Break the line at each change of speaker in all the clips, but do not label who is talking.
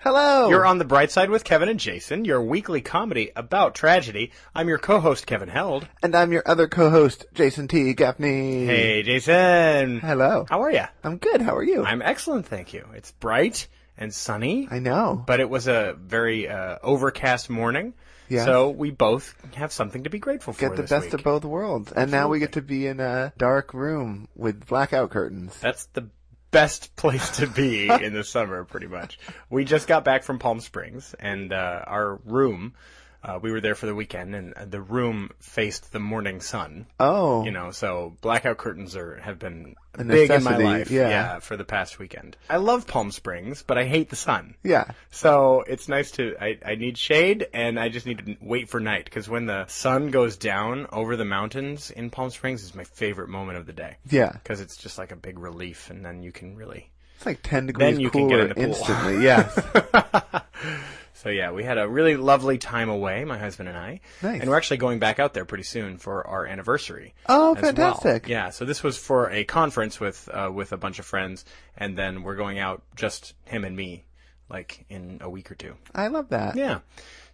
Hello.
You're on the bright side with Kevin and Jason, your weekly comedy about tragedy. I'm your co-host Kevin Held.
and I'm your other co-host, Jason T. Gaffney.
Hey, Jason.
Hello.
How are you?
I'm good. How are you?
I'm excellent, thank you. It's bright and sunny,
I know.
but it was a very uh, overcast morning.
Yeah.
So we both have something to be grateful for.
get the
this
best
week.
of both worlds. And now we get to be in a dark room with blackout curtains.
That's the best place to be in the summer, pretty much. We just got back from Palm Springs, and uh, our room. Uh, we were there for the weekend, and uh, the room faced the morning sun.
Oh.
you know so blackout curtains are have been
A
big in my
necessity,
life
yeah.
for the past weekend i love palm springs but i hate the sun
Yeah.
so it's nice to i, I need shade and i just need to wait for night because when the sun goes down over the mountains in palm springs is my favorite moment of the day
Yeah.
because it's just like a big relief and then you can really
It's like 10 degrees
you can get
cooler
in the pool.
instantly. Yes.
so yeah we had a really lovely time away my husband and i
Nice.
and we're actually going back out there pretty soon for our anniversary
Oh,
as well.
fantastic.
Yeah, so this was for a conference with uh, with a bunch of friends, and then we're going out just him and me, like in a week or two.
I love that.
Yeah,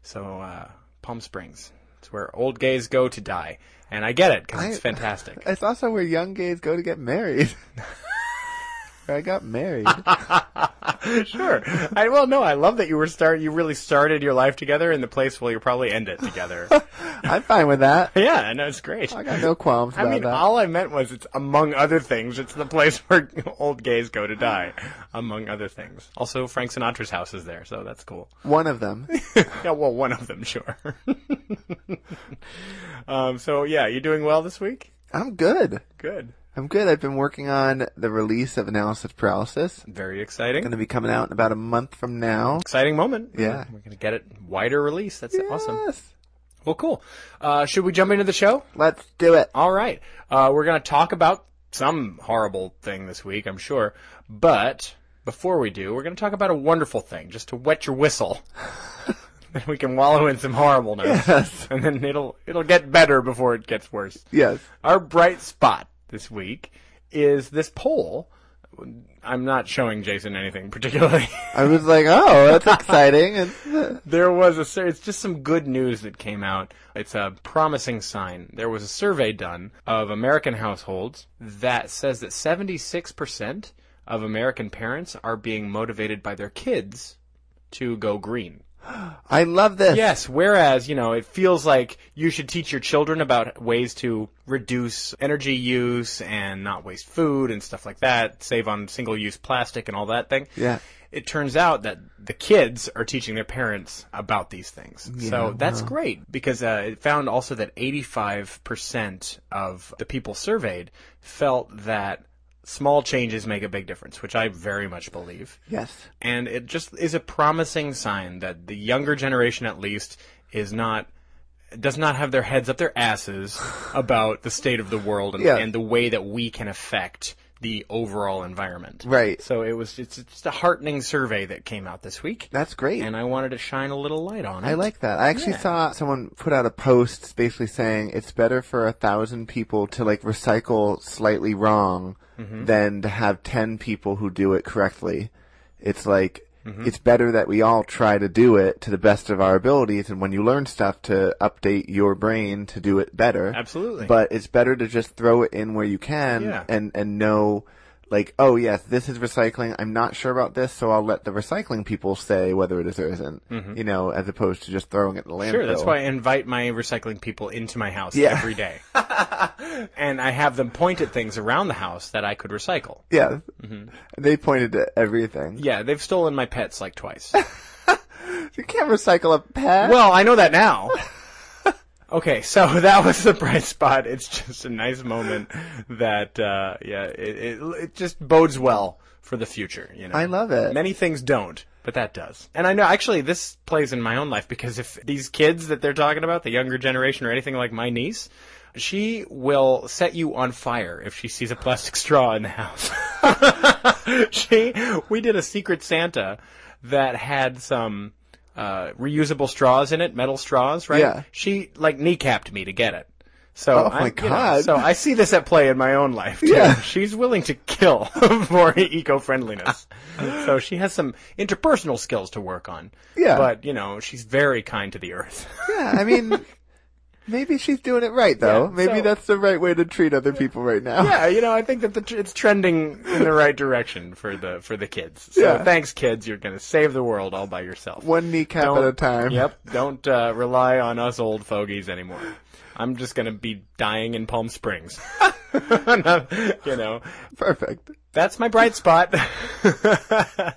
so uh, Palm Springs, it's where old gays go to die, and I get it because it's
I-
fantastic.
It's also where young gays go to get married. Where I got married.
sure. I well, no, I love that you were start. You really started your life together in the place where you'll probably end it together.
I'm fine with that.
yeah, I know it's great.
I got no qualms
I
about
mean,
that.
all I meant was it's among other things. It's the place where old gays go to die, among other things. Also, Frank Sinatra's house is there, so that's cool.
One of them.
yeah, well, one of them, sure. um, so yeah, you doing well this week?
I'm good.
Good.
I'm good. I've been working on the release of Analysis Paralysis.
Very exciting.
going to be coming out in about a month from now.
Exciting moment.
Yeah.
We're gonna get it wider release. That's awesome.
Yes.
Well, cool. Uh, should we jump into the show?
Let's do it.
All right. Uh, we're going to talk about some horrible thing this week, I'm sure. But before we do, we're going to talk about a wonderful thing, just to wet your whistle. then we can wallow in some horribleness.
Yes.
And then it'll it'll get better before it gets worse.
Yes.
Our bright spot this week is this poll. I'm not showing Jason anything particularly.
I was like, oh, that's exciting. It's, uh,
there was a sur- it's just some good news that came out it's a promising sign there was a survey done of american households that says that 76% of american parents are being motivated by their kids to go green
I love this.
Yes, whereas, you know, it feels like you should teach your children about ways to reduce energy use and not waste food and stuff like that, save on single use plastic and all that thing.
Yeah.
It turns out that the kids are teaching their parents about these things. so that's great because uh, it found also that 85% of the people surveyed felt that small changes make a big difference, which I very much believe
Yes.
and it just is a promising sign that the younger generation at least is not does not have their heads up their asses about the state of the world and,
Yeah.
and the way that we can affect the overall environment.
Right.
So it was it's, it's just a heartening survey that came out this week,
That's great.
and I wanted to shine a little light on it.
I like that. I actually
Yeah.
saw someone put out a post basically saying it's better for a thousand people to like recycle slightly wrong
Mm-hmm.
than to have ten people who do it correctly. It's like
Mm-hmm.
it's better that we all try to do it to the best of our abilities, and when you learn stuff, to update your brain to do it better.
Absolutely.
But it's better to just throw it in where you can
Yeah.
and and know. Like, oh yes, this is recycling. I'm not sure about this, so I'll let the recycling people say whether it is or isn't. You know, as opposed to just throwing it in the landfill.
Mm-hmm. Sure, that's why I invite my recycling people into my house
Yeah.
every day. and I have them point at things around the house that I could recycle.
Yeah,
Mm-hmm.
they pointed to everything.
Yeah, they've stolen my pets like twice.
You can't recycle a pet.
Well, I know that now. okay, so that was the bright spot. It's just a nice moment that, uh, yeah, it, it, it just bodes well for the future. You know,
I love it.
Many things don't, but that does. And I know actually this plays in my own life because if these kids that they're talking about, the younger generation or anything like my niece, she will set you on fire if she sees a plastic straw in the house. she, we did a secret Santa that had some uh, reusable straws in it, metal straws, right?
Yeah.
She like kneecapped me to get it. So
Oh
I,
my
you know,
God.
so I see this at play in my own life. Too.
Yeah.
She's willing to kill for eco-friendliness. so she has some interpersonal skills to work on.
Yeah.
But, you know, she's very kind to the earth.
Yeah, I mean, maybe she's doing it right though.
Yeah,
maybe
so-
that's the right way to treat other people right now.
yeah, you know, I think that the tr- it's trending in the right direction for the for the kids. So
Yeah.
thanks kids, you're going to save the world all by yourself.
One kneecap
Don't-
at a time.
Yep. Don't uh, rely on us old fogies anymore. I'm just going to be dying in Palm Springs. you know,
Perfect.
that's my bright spot.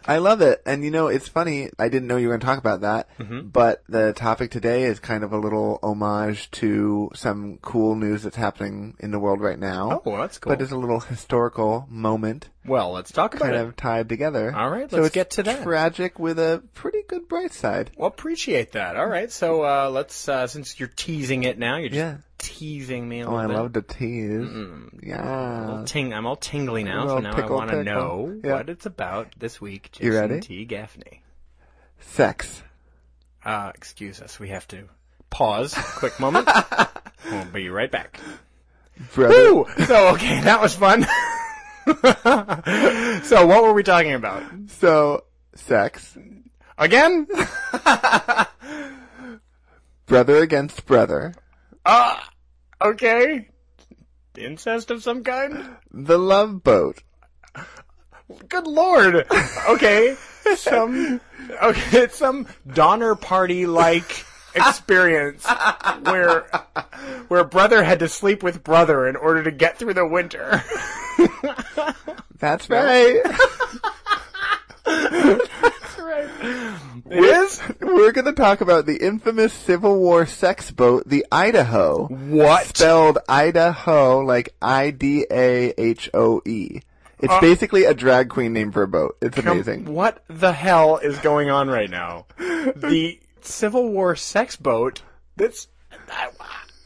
I love it. And you know, it's funny. I didn't know you were going to talk about that,
Mm-hmm.
but the topic today is kind of a little homage to some cool news that's happening in the world right now.
Oh, that's cool.
But it's a little historical moment
well, let's talk about
kind
it.
of tied together.
All right,
So
let's
it's
get to that.
Tragic with a pretty good bright side.
Well, appreciate that. All right, so uh, let's uh, since you're teasing it now, you're just
Yeah.
teasing me a
Oh,
little
I
bit.
love the tease.
All
Yeah.
ting- I'm all tingly now, so
Little
now I
pickle,
want to
pickle.
know
Yeah.
what it's about this week. Jason
You ready?
T. Gaffney.
Sex.
Uh, excuse us, we have to pause. Quick moment. we'll be right back.
Brother.
Woo! So okay, that was fun. so what were we talking about
So, sex.
again?
Brother against brother.
Uh, okay. Incest of some kind.
The love boat.
Good lord. Okay. Some okay, it's some Donner party like experience where where brother had to sleep with brother in order to get through the winter.
That's right.
It is
We're going to talk about the infamous Civil War sex boat, the Idaho.
what?
Spelled Idaho like I D A H O E. It's
Uh,
basically a drag queen name for a boat. It's amazing.
What the hell is going on right now? The Civil War sex boat that's I,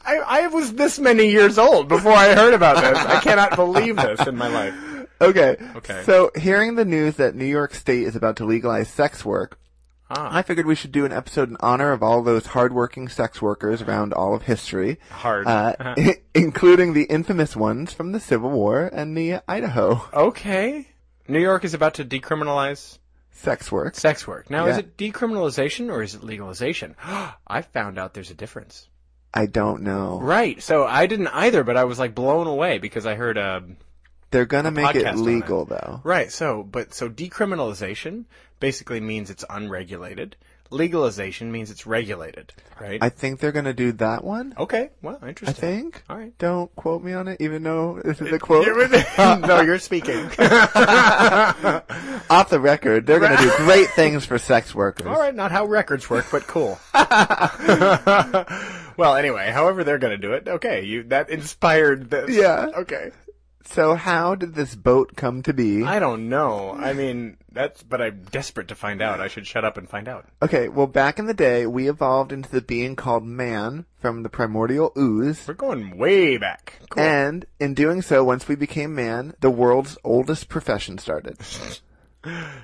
I, I was this many years old before I heard about this. I cannot believe this in my life.
Okay.
Okay.
So, hearing the news that New York State is about to legalize sex work,
Ah.
I figured we should do an episode in honor of all those hardworking sex workers around all of history.
Hard. Uh-huh.
Uh, including the infamous ones from the Civil War and the Idaho
Okay. New York is about to decriminalize
sex work.
sex work. Now, is
Yeah.
it decriminalization or is it legalization? I found out there's a difference.
I don't know.
Right. So I didn't either, but I was like blown away because I heard uh,
They're gonna make
podcast
it
on it.
legal though.
Right. So, but so decriminalization basically means it's unregulated. Legalization means it's regulated. Right.
I think they're gonna do that one.
okay. Well, interesting.
I think.
All right.
Don't quote me on it, even though this is a quote.
no, you're speaking.
Off the record, they're gonna do great things for sex workers.
All right, not how records work, but cool. well, anyway, however they're going to do it, okay, you that inspired this.
Yeah.
Okay.
So how did this boat come to be?
I don't know. I mean, that's but I'm desperate to find out. I should shut up and find out.
Okay, well back in the day, we evolved into the being called man from the primordial ooze.
We're going way back. Cool.
And in doing so, once we became man, the world's oldest profession started.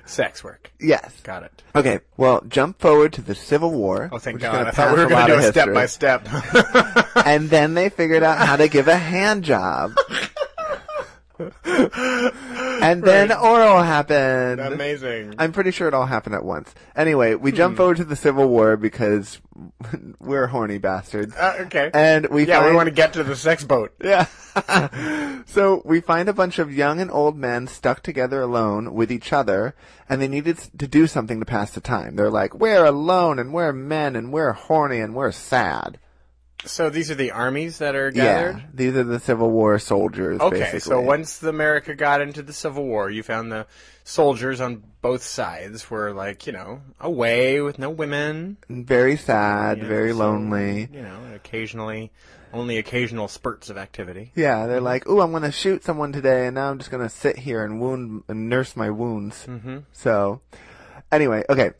Sex work.
Yes.
Got it.
Okay. Well, jump forward to the Civil War.
Oh, thank
We're just
God.
gonna
I thought
pass
we were going
lot
to do
of
a step by
history.
step.
and then they figured out how to give a hand job. and then oral happened.
Amazing.
I'm pretty sure it all happened at once. Anyway, we
Hmm.
jump forward to the Civil War because we're horny bastards.
Uh, okay.
and we
yeah, we
find-
want to get to the sex boat.
Yeah. so we find a bunch of young and old men stuck together alone with each other, and they needed s- to do something to pass the time. They're like, we're alone, and we're men, and we're horny, and we're sad.
So these are the armies that are
Yeah,
gathered.
these are the Civil War soldiers.
Okay,
basically.
so once America got into the Civil War, you found the soldiers on both sides were like, you know, away with no women,
very sad, very
so-
lonely.
you know, and occasionally, only occasional spurts of activity.
Yeah, they're like, "Ooh, I'm gonna shoot someone today, and now I'm just gonna sit here and wound and nurse my wounds." Mm-hmm. So, Anyway, okay.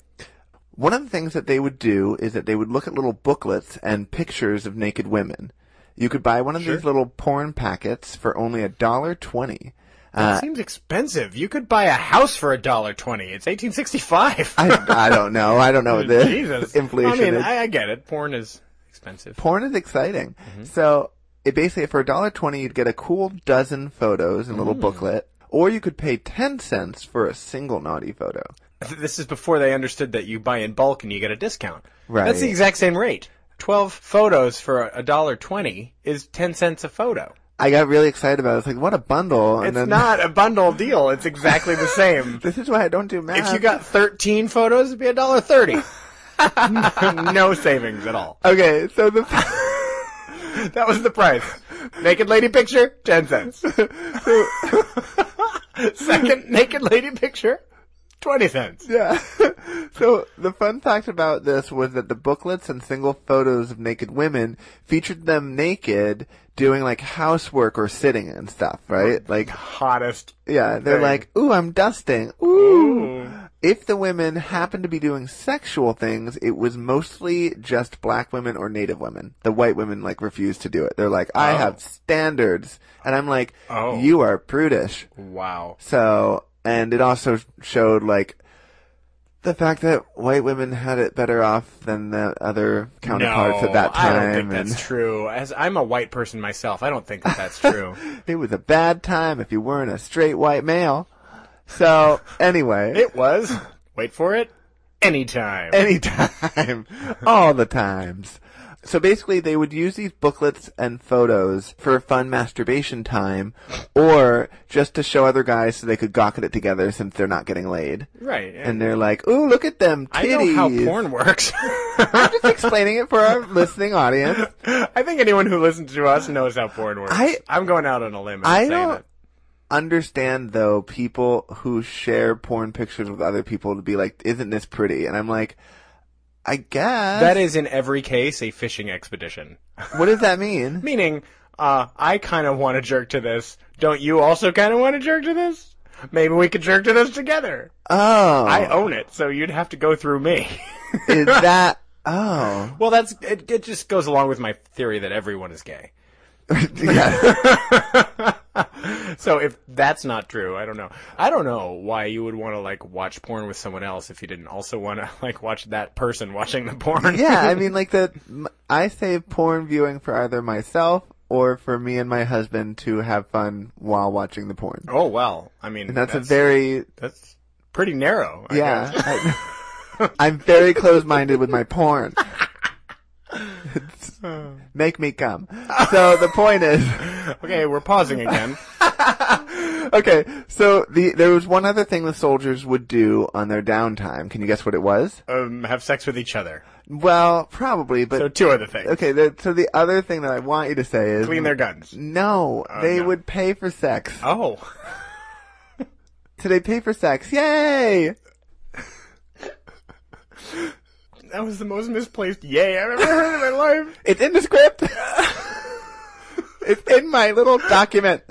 One of the things that they would do is that they would look at little booklets and pictures of naked women. You could buy one of
Sure.
these little porn packets for only a dollar twenty.
That
Uh,
seems expensive. You could buy a house for a dollar twenty. It's eighteen sixty five.
I, I don't know. I don't know what Oh, the
Jesus.
inflation
I mean,
is.
I, I get it. Porn is expensive.
Porn is exciting.
Mm-hmm.
So it basically, for a dollar twenty, you'd get a cool dozen photos in a
Mm.
little booklet, or you could pay ten cents for a single naughty photo.
This is before they understood that you buy in bulk and you get a discount.
Right.
That's the exact same rate. Twelve photos for a dollar twenty is ten cents a photo.
I got really excited about it. I was like, what a bundle. And
It's
then,
not a bundle deal. It's exactly the same.
This is why I don't do math.
if you got thirteen photos, it'd be a dollar thirty. no savings at all.
Okay, so the,
That was the price. Naked lady picture, ten cents. Second naked lady picture, twenty cents.
yeah. so the fun fact about this was that the booklets and single photos of naked women featured them naked doing like housework or sitting and stuff, right? Like,
Hottest.
yeah, they're
Thing.
like, ooh, I'm dusting. Ooh. If the women happened to be doing sexual things, it was mostly just black women or native women. The white women like refused to do it. They're like, I
Oh.
have standards. And I'm like,
Oh.
you are prudish.
Wow.
So, and it also showed like the fact that white women had it better off than the other counterparts at that time.
I don't think that's
and
true. As I'm a white person myself, I don't think that that's true.
it was a bad time if you weren't a straight white male. So, anyway,
it was. Wait for it. Anytime.
anytime, all the times. So basically, they would use these booklets and photos for fun masturbation time, or just to show other guys so they could gawk at it together since they're not getting laid.
right.
And they're like, "Ooh, look at them titties!"
I know how porn works.
I'm just explaining it for our listening audience.
I think anyone who listens to us knows how porn works.
I-
am going out on a limb. And
I
saying
don't
it.
understand though people who share porn pictures with other people to be like, "Isn't this pretty?" And I'm like, "I guess."
That is in every case a fishing expedition.
What does that mean?
Meaning, uh, I kind of want to jerk to this. Don't you also kind of want to jerk to this? Maybe we could jerk to this together.
Oh,
I own it, so you'd have to go through me.
is that? Oh,
well, that's it, it. Just goes along with my theory that everyone is gay.
yeah.
So if that's not true, I don't know. I don't know why you would want to like watch porn with someone else if you didn't also want to like watch that person watching the porn.
yeah. I mean, like the m- I save porn viewing for either myself or for me and my husband to have fun while watching the porn.
Oh well. I mean,
And
that's
that's, a very
that's pretty narrow. I
yeah.
guess.
I- I'm very close-minded with my porn. It's-
Oh.
Make me come. So the point is,
Okay, we're pausing again.
okay. So the there was one other thing the soldiers would do on their downtime. Can you guess what it was?
um, have sex with each other.
Well, probably, but
So two other things.
okay. The, so the other thing that I want you to say is
Clean their guns.
No, they
no.
would pay for sex.
Oh.
So they pay for sex. Yay!
That was the most misplaced yay I've ever heard in my life.
It's in the script. it's in my little document.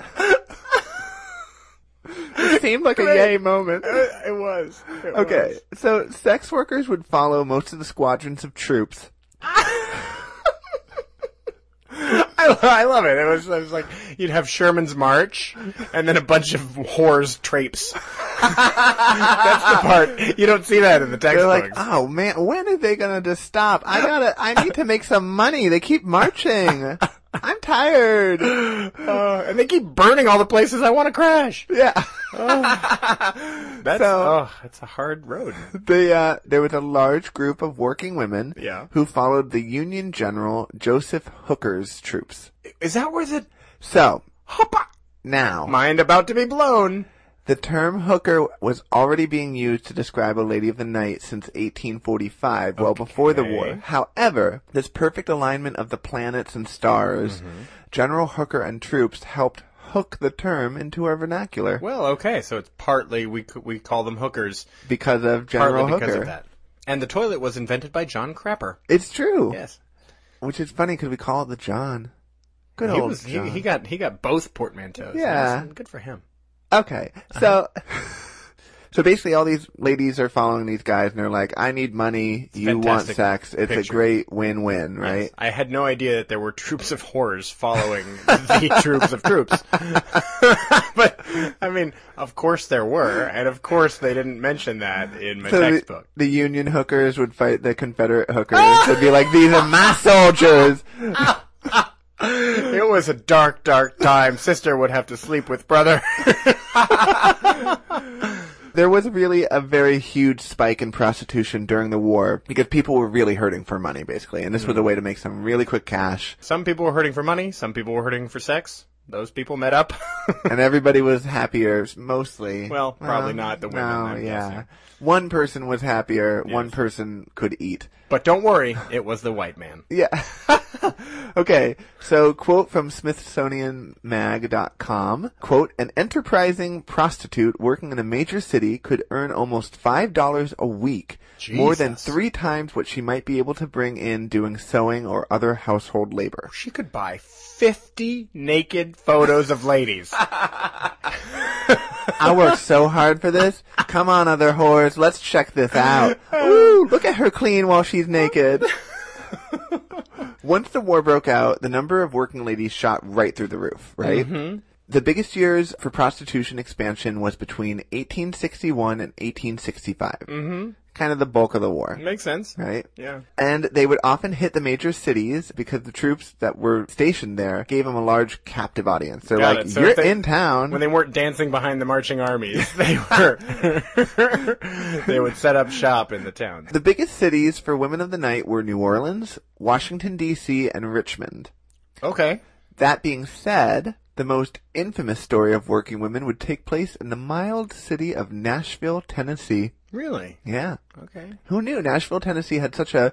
it seemed like a yay moment.
It was. It
Okay,
was.
so sex workers would follow most of the squadrons of troops.
I, lo- I love it. It was, it was like you'd have Sherman's March and then a bunch of whores traipse. That's the part. You don't see that in the
They're
textbooks.
like, oh man, when are they gonna just stop? I gotta, I need to make some money. They keep marching. I'm tired.
Uh, and they keep burning all the places I want to crash. Oh.
Yeah.
That's,
So-
oh, that's a hard road.
the uh, there was a large group of working women
Yeah.
who followed the Union General Joseph Hooker's troops.
Is that where the
So
hoppa
now
mind about to be blown?
the term hooker was already being used to describe a lady of the night since 1845, well before the war.
Okay.
However, this perfect alignment of the planets and stars,
Mm-hmm.
General Hooker and troops helped hook the term into our vernacular
Well, okay, so it's partly we c- we call them hookers,
because of General
partly because
Hooker.
of that. And the toilet was invented by John Crapper.
It's true,
Yes,
which is funny because we call it the John. Good
he
old
was. He,
John.
he got he got both portmanteaus.
Yeah.
Yes, good for him.
Okay, so So basically, all these ladies are following these guys, and they're like, "I need money. you want
fantastic
sex. It's a
picture.
great win-win, right?"
I had no idea that there were troops of whores following the troops of troops. but I mean, of course there were, and of course they didn't mention that in my
So the-
textbook.
the Union hookers would fight the Confederate hookers. They'd be like, "These are my soldiers."
It was a dark, dark time. Sister would have to sleep with brother.
There was really a very huge spike in prostitution during the war because people were really hurting for money, basically, and this
Mm.
was a way to make some really quick cash.
some people were hurting for money. Some people were hurting for sex. Those people met up.
and everybody was happier, mostly.
Well, probably not the women,
No,
I'm
yeah.
guessing.
One person was happier. One person could eat.
but don't worry, it was the white man.
Yeah. okay. So, quote from SmithsonianMag.com. Quote, an enterprising prostitute working in a major city could earn almost $5 a week, more than
Jesus.
three times what she might be able to bring in doing sewing or other household labor.
She could buy 50 naked photos of ladies.
I worked so hard for this. Come on, other whores, let's check this out. Ooh, look at her clean while she's naked. Once the war broke out, the number of working ladies shot right through the roof, right?
Mm-hmm.
The biggest years for prostitution expansion was between 1861 and 1865. Mm-hmm. Kind of the bulk of the war,
Makes sense.
right?
Yeah.
And they would often hit the major cities because the troops that were stationed there gave them a large captive audience. They're
Got
like,
it. So
you're
if they-
in town.
when they weren't dancing behind the marching armies, they were they would set up shop in the town.
The biggest cities for women of the night were New Orleans, Washington, D.C., and Richmond.
Okay.
That being said, the most infamous story of working women would take place in the mild city of Nashville, Tennessee.
Really?
Yeah.
Okay.
Who knew Nashville, Tennessee had such a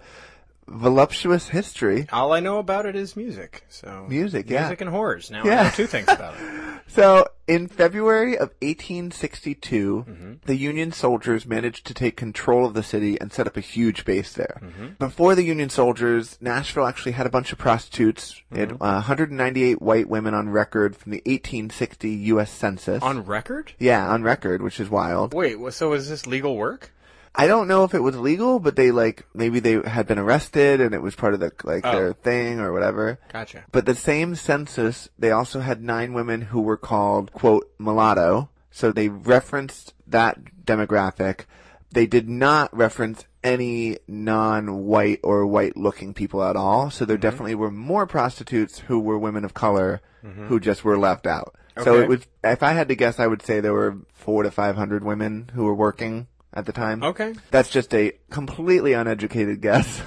voluptuous history?
All I know about it is music. So
Music, yeah.
music and horrors. Now I
Yeah.
know two things about it.
So, in February of 1862,
Mm-hmm.
the Union soldiers managed to take control of the city and set up a huge base there.
Mm-hmm.
Before the Union soldiers, Nashville actually had a bunch of prostitutes. It
Mm-hmm.
had uh, 198 white women on record from the 1860 U.S. Census.
On record?
yeah, on record, which is wild.
Wait. wha- So is this legal work?
I don't know if it was legal, but they like maybe they had been arrested and it was part of the like
Oh.
their thing or whatever.
Gotcha.
But the same census, they also had nine women who were called, quote, mulatto. So they referenced that demographic. They did not reference any non-white or white-looking people at all. So
Mm-hmm.
there definitely were more prostitutes who were women of color who just were left out. So
Mm-hmm. Okay.
it was, if I had to guess, I would say there were four to five hundred women who were working at the time.
Okay.
That's just a completely uneducated guess.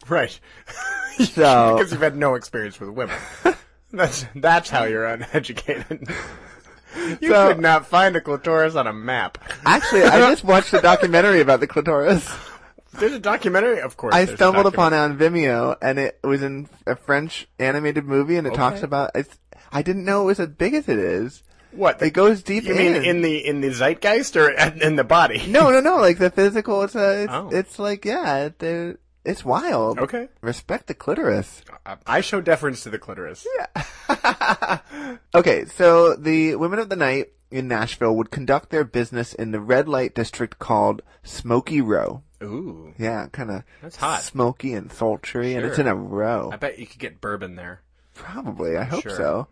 Right.
So
Because you've had no experience with women. That's that's how you're uneducated. You
So-
could not find a clitoris on a map.
actually, I just watched a documentary about the clitoris.
There's a documentary, of course.
I
there's a
stumbled
documentary.
upon it on Vimeo, and it was in a French animated movie, and it talks about. It's, I didn't know it was as big as it is.
what the-
It goes deep.
You mean
in.
in the in the zeitgeist or in in the body?
No, no, no. Like the physical, it's a, it's,
Oh.
it's like yeah, they're- it's wild.
Okay.
Respect the clitoris.
I- I show deference to the clitoris.
Okay, so the women of the night in Nashville would conduct their business in the red light district called Smoky Row.
Ooh.
Yeah, kind of.
That's hot.
Smoky and sultry, and it's
Sure.
in a row.
I bet you could get bourbon there.
Probably, I hope
Sure.
so.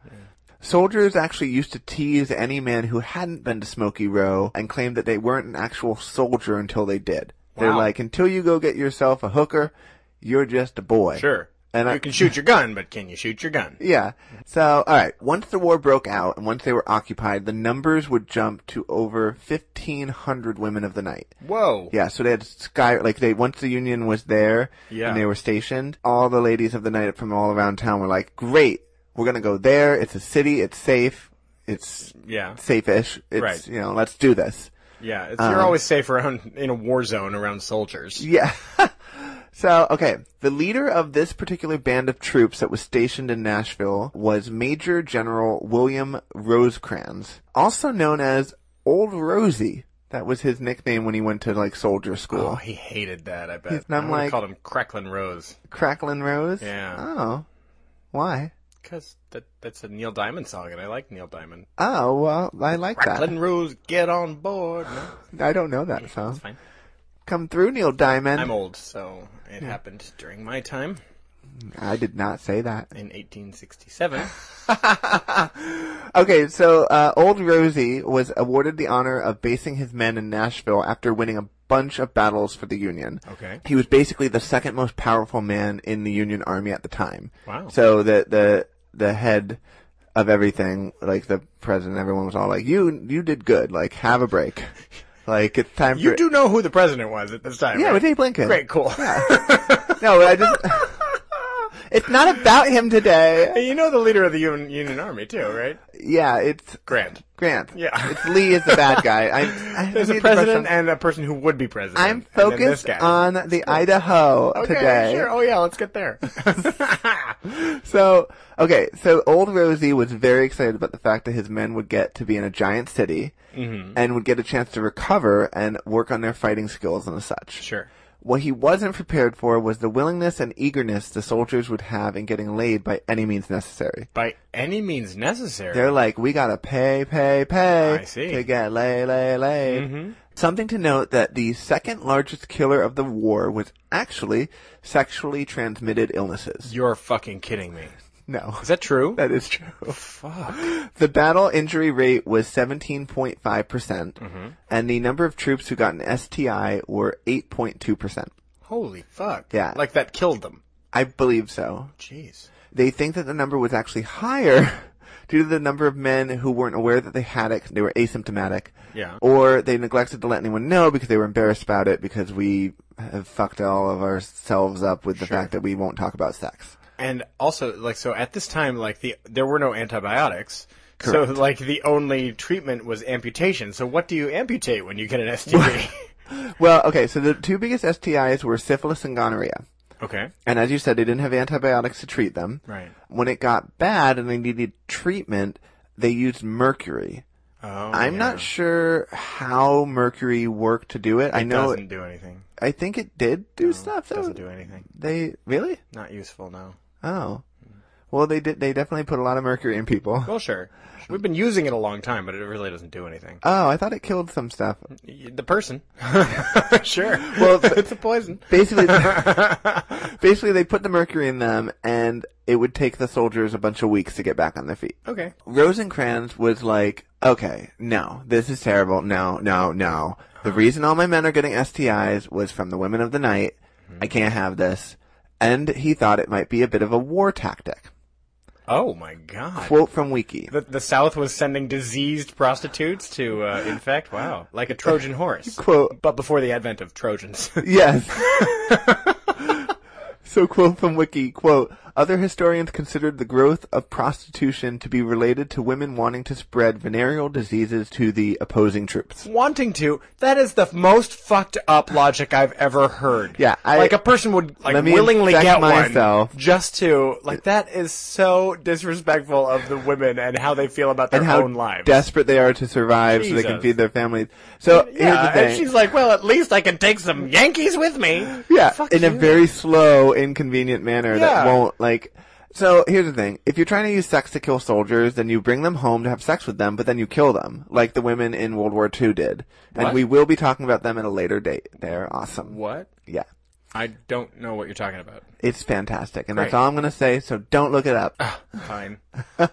Soldiers actually used to tease any man who hadn't been to Smoky Row and claimed that they weren't an actual soldier until they did. They're
Wow.
like, until you go get yourself a hooker, you're just a boy.
Sure.
And
you
I-
can shoot your gun, but can you shoot your gun?
Yeah. So, alright, once the war broke out and once they were occupied, the numbers would jump to over 1,500 women of the night.
Whoa.
Yeah, so they had sky like they once the union was there
Yeah.
and they were stationed, all the ladies of the night from all around town were like, "Great, we're gonna go there. It's a city. It's safe. It's
Yeah.
safe-ish. It's
Right.
you know, let's do this."
Yeah. It's, you're always safe around in a war zone around soldiers.
Um, Yeah. so okay, the leader of this particular band of troops that was stationed in Nashville was Major General William Rosecrans, also known as Old Rosie. That was his nickname when he went to like soldier school.
Oh, he hated that. I bet.
He's- and I'm
I would've
like-
called him Cracklin Rose.
Cracklin' Rose?
Yeah.
Oh. Why?
Because that, that's a Neil Diamond song, and I like Neil Diamond.
Oh well, I like
Letting Rose get on board. No,
that. I don't know that song.
it's fine.
Come through, Neil Diamond.
I'm old, so it happened during my time
I did not say that.
in 1867.
Okay, so uh, Old Rosie was awarded the honor of basing his men in Nashville after winning a bunch of battles for the Union.
Okay.
He was basically the second most powerful man in the Union Army at the time.
Wow.
So the the the head of everything, like the president, everyone was all like, "You you did good. Like have a break. Like it's time
You
for
do know who the president was at this time.
yeah,
right?
with Abe Lincoln.
Great, cool.
No, I just it's not about him today.
And you know the leader of the Union, Union Army too, right?
Yeah, it's
Grant.
Grant.
Yeah.
It's Lee is the bad guy. I'm, I
There's
need
a
to brush
president
on-
and a person who would be president.
I'm
and then this
focused
guy.
on the Idaho
okay,
today.
Sure. Oh yeah, let's get there.
So, okay, so old Rosie was very excited about the fact that his men would get to be in a giant city
Mm-hmm.
and would get a chance to recover and work on their fighting skills and such.
sure.
What he wasn't prepared for was the willingness and eagerness the soldiers would have in getting laid by any means necessary.
By any means necessary.
They're like, we gotta pay, pay, pay
I see. Mm-hmm.
to get lay, lay, lay. Something to note that the second largest killer of the war was actually sexually transmitted illnesses.
You're fucking kidding me.
No,
Is that true?
that is true.
Fuck.
The battle injury rate was 17.5%, percent
Mm-hmm.
and the number of troops who got an STI were 8.2%.
Holy fuck.
Yeah.
Like that killed them.
I believe so.
Jeez.
They think that the number was actually higher due to the number of men who weren't aware that they had it, 'cause they were asymptomatic.
Yeah.
Or they neglected to let anyone know because they were embarrassed about it because we have fucked all of ourselves up with the fact that we won't talk about sex.
And also, like, so at this time, like the there were no antibiotics. So, like, the only treatment was amputation. So, what do you amputate when you get an STD?
Well, okay, so the two biggest STIs were syphilis and gonorrhea.
okay.
And as you said, they didn't have antibiotics to treat them.
Right.
When it got bad and they needed treatment, they used mercury.
Oh,
I'm
yeah.
not sure how mercury worked to do it. I know,
doesn't do anything.
I think it did do stuff. Though.
Doesn't do anything.
They really?
Not useful. No.
Oh, well, they did. They definitely put a lot of mercury in people.
Well, sure. We've been using it a long time, but it really doesn't do anything.
Oh, I thought it killed some stuff.
The person. sure.
Well,
it's a poison.
Basically, basically, they put the mercury in them, and it would take the soldiers a bunch of weeks to get back on their feet.
Okay.
Rosencrantz was like, okay, no, this is terrible. No, no, no. The reason all my men are getting STIs was from the women of the night.
Mm-hmm.
I can't have this. And he thought it might be a bit of a war tactic.
Oh my god.
Quote from Wiki.
The, the South was sending diseased prostitutes to uh, infect. Wow, like a Trojan horse.
Quote,
But before the advent of Trojans.
yes. so quote from Wiki, quote, other historians considered the growth of prostitution to be related to women wanting to spread venereal diseases to the opposing troops.
Wanting to, that is the most fucked up logic I've ever heard.
Yeah, I-
like a person would like
Let me
willingly
inspect
get
myself.
one just to like that is so disrespectful of the women and how they feel about their
and how
own lives.
desperate they are to survive so they can
Jesus.
feed their families. So
yeah, and
here's the
she's
thing.
like, well, at least I can take some Yankees with me.
Yeah,
Fuck
in a
you.
very slow, inconvenient manner
Yeah.
that won't like. So here's the thing: if you're trying to use sex to kill soldiers, then you bring them home to have sex with them, but then you kill them, like the women in World War II did. And
What?
we will be talking about them at a later date. They're awesome.
what?
Yeah,
I don't know what you're talking about.
it's fantastic, and that's
Great.
all I'm gonna say. So don't look it up.
Fine.
All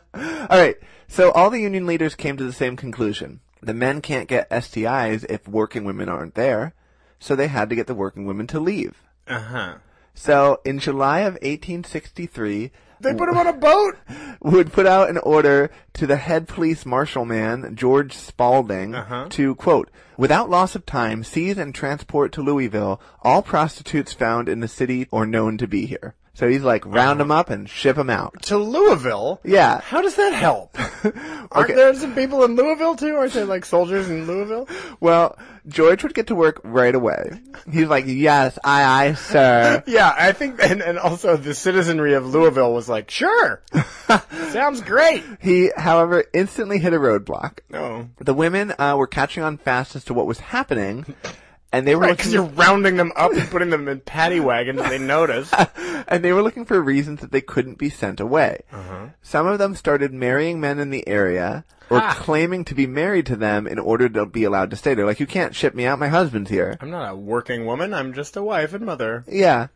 right. So all the union leaders came to the same conclusion. The men can't get STIs if working women aren't there. So they had to get the working women to leave.
Uh huh.
So in July of 1863,
They put him on a boat.
would put out an order to the head police marshal man, George Spaulding, to quote, without loss of time, seize and transport to Louisville all prostitutes found in the city or known to be here. So he's like, round them up and ship them out.
to Louisville.
Yeah.
How does that help? Aren't
Okay.
there some people in Louisville too? Aren't there like soldiers in Louisville?
Well, George would get to work right away. He's like, yes, aye, aye, sir.
Yeah, I think, and, and also the citizenry of Louisville was like, sure, sounds great.
He, however, instantly hit a roadblock.
No,
The women uh, were catching on fast as to what was happening, and they were
Right,
looking
because you're rounding them up and putting them in paddy wagons and they notice.
and they were looking for reasons that they couldn't be sent away.
Uh-huh.
Some of them started marrying men in the area or
Ha!
claiming to be married to them in order to be allowed to stay. They're like, you can't ship me out. My husband's here.
I'm not a working woman. I'm just a wife and mother.
Yeah.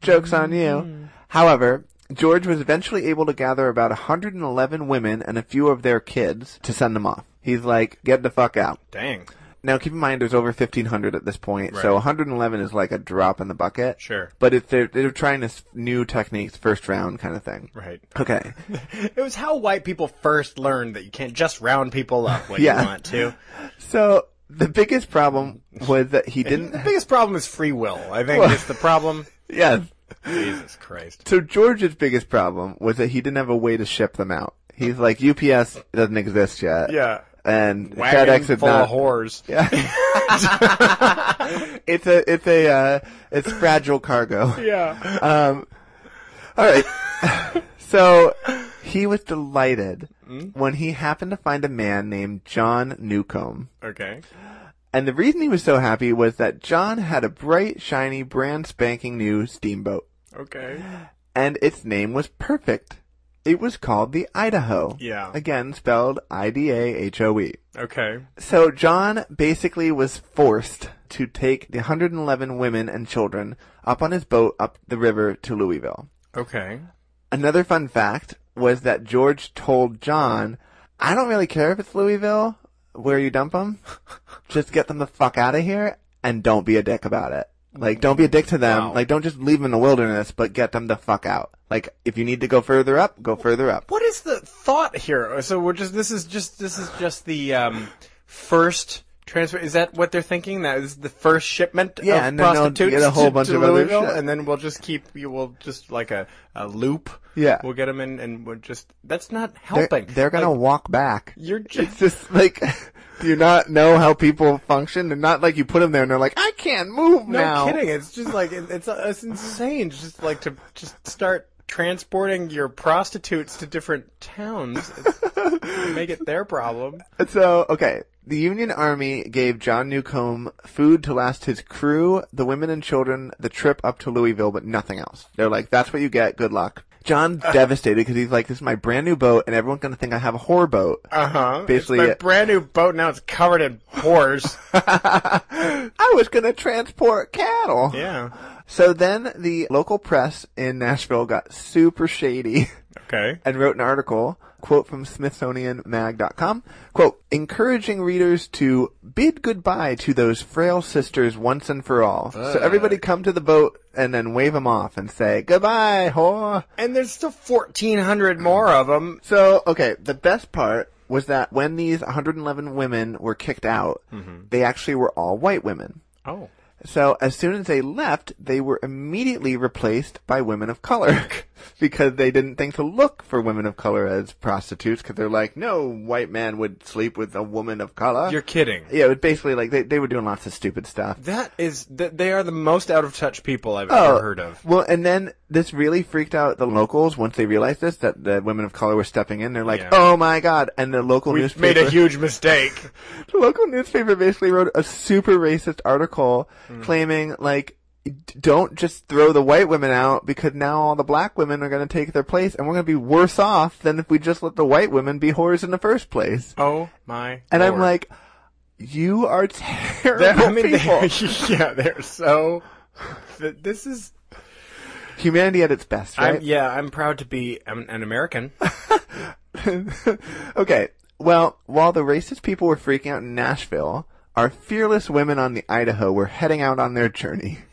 Joke's on
Mm-hmm.
you. However, George was eventually able to gather about 111 women and a few of their kids to send them off. He's like, get the fuck out.
Dang.
Now keep in mind there's over 1500 at this point, so
Right.
111 is like a drop in the bucket.
Sure.
But it's, they're, they're trying this new techniques, first round kind of thing.
Right.
Okay.
It was how white people first learned that you can't just round people up when
Yeah.
you want to.
So the biggest problem was that he
The
didn't.
biggest problem is free will. I think
Well-
is the problem.
yes.
Jesus Christ.
So George's biggest problem was that he didn't have a way to ship them out. He's like UPS doesn't exist yet.
Yeah.
And
Wagon
FedEx is
full
not.
of whores.
It's a it's a uh, it's fragile cargo.
Yeah.
Um, all right. so he was delighted
Hmm?
when he happened to find a man named John Newcomb.
Okay.
And the reason he was so happy was that John had a bright, shiny, brand spanking new steamboat.
Okay.
and its name was perfect. It was called the Idaho.
Yeah.
Again, spelled I D A H O E.
Okay.
So John basically was forced to take the 111 women and children up on his boat up the river to Louisville.
Okay.
Another fun fact was that George told John, I don't really care if it's Louisville where you dump them. Just get them the fuck out of here and don't be a dick about it. Like, don't be a dick to them.
Wow.
Like, don't just leave them in the wilderness, but get them the fuck out. Like, if you need to go further up, go further up.
What is the thought here? So we're just this is just this is just the um, first transfer. Is that what they're thinking? That is the first shipment
Yeah,
of
and then they'll
prostitutes
get a whole
to-
bunch
to
of other
Louisville,
shit.
and then we'll just keep you. We'll just like a, a loop.
Yeah.
we'll get them in, and we'll just that's not
They're,
helping.
they're gonna
Like,
walk back.
you're
It's
just
just like, do you not know how people function? And not like you put them there and they're like, I can't move
no
now.
kidding. It's just like it, it's it's insane. Just like to just start transporting your prostitutes to different towns, It's- make it their problem.
So, okay. The Union Army gave John Newcomb food to last his crew, the women and children, the trip up to Louisville, but nothing else. They're like, that's what you get. Good luck. John's devastated because he's like, this is my brand new boat and everyone's going to think I have a whore boat.
Uh huh.
Basically
it's my
it.
brand new boat now. It's covered in whores.
I was going to transport cattle.
yeah.
So then the local press in Nashville got super shady.
Okay.
and wrote an article, quote from smithsonianmag.com, quote, encouraging readers to bid goodbye to those frail sisters once and for all. So everybody come to the boat and then wave them off and say, goodbye, whore.
And there's still 1,400 more of them.
So, okay, the best part was that when these 111 women were kicked out, they actually were all white women.
Oh.
So as soon as they left, they were immediately replaced by women of color because they didn't think to look for women of color as prostitutes because they're like, no white man would sleep with a woman of color.
You're kidding.
yeah, it was basically like they, they were doing lots of stupid stuff.
That is, th- they are the most out of touch people I've
Oh,
ever heard of.
Well, and then this really freaked out the locals once they realized this that the women of color were stepping in. They're like,
Yeah.
"Oh my god!" And the local
We've made
newspaper
a huge mistake.
the local newspaper basically wrote a super racist article
Mm.
claiming like d- don't just throw the white women out because now all the black women are going to take their place and we're going to be worse off than if we just let the white women be whores in the first place.
Oh my.
And I'm
Lord.
like, you are terrible
They're- I mean,
people.
they, yeah, they're so. th- This is.
Humanity at its best, right?
I'm, yeah, I'm proud to be an, an American.
okay. Well, while the racist people were freaking out in Nashville, our fearless women on the Idaho were heading out on their journey.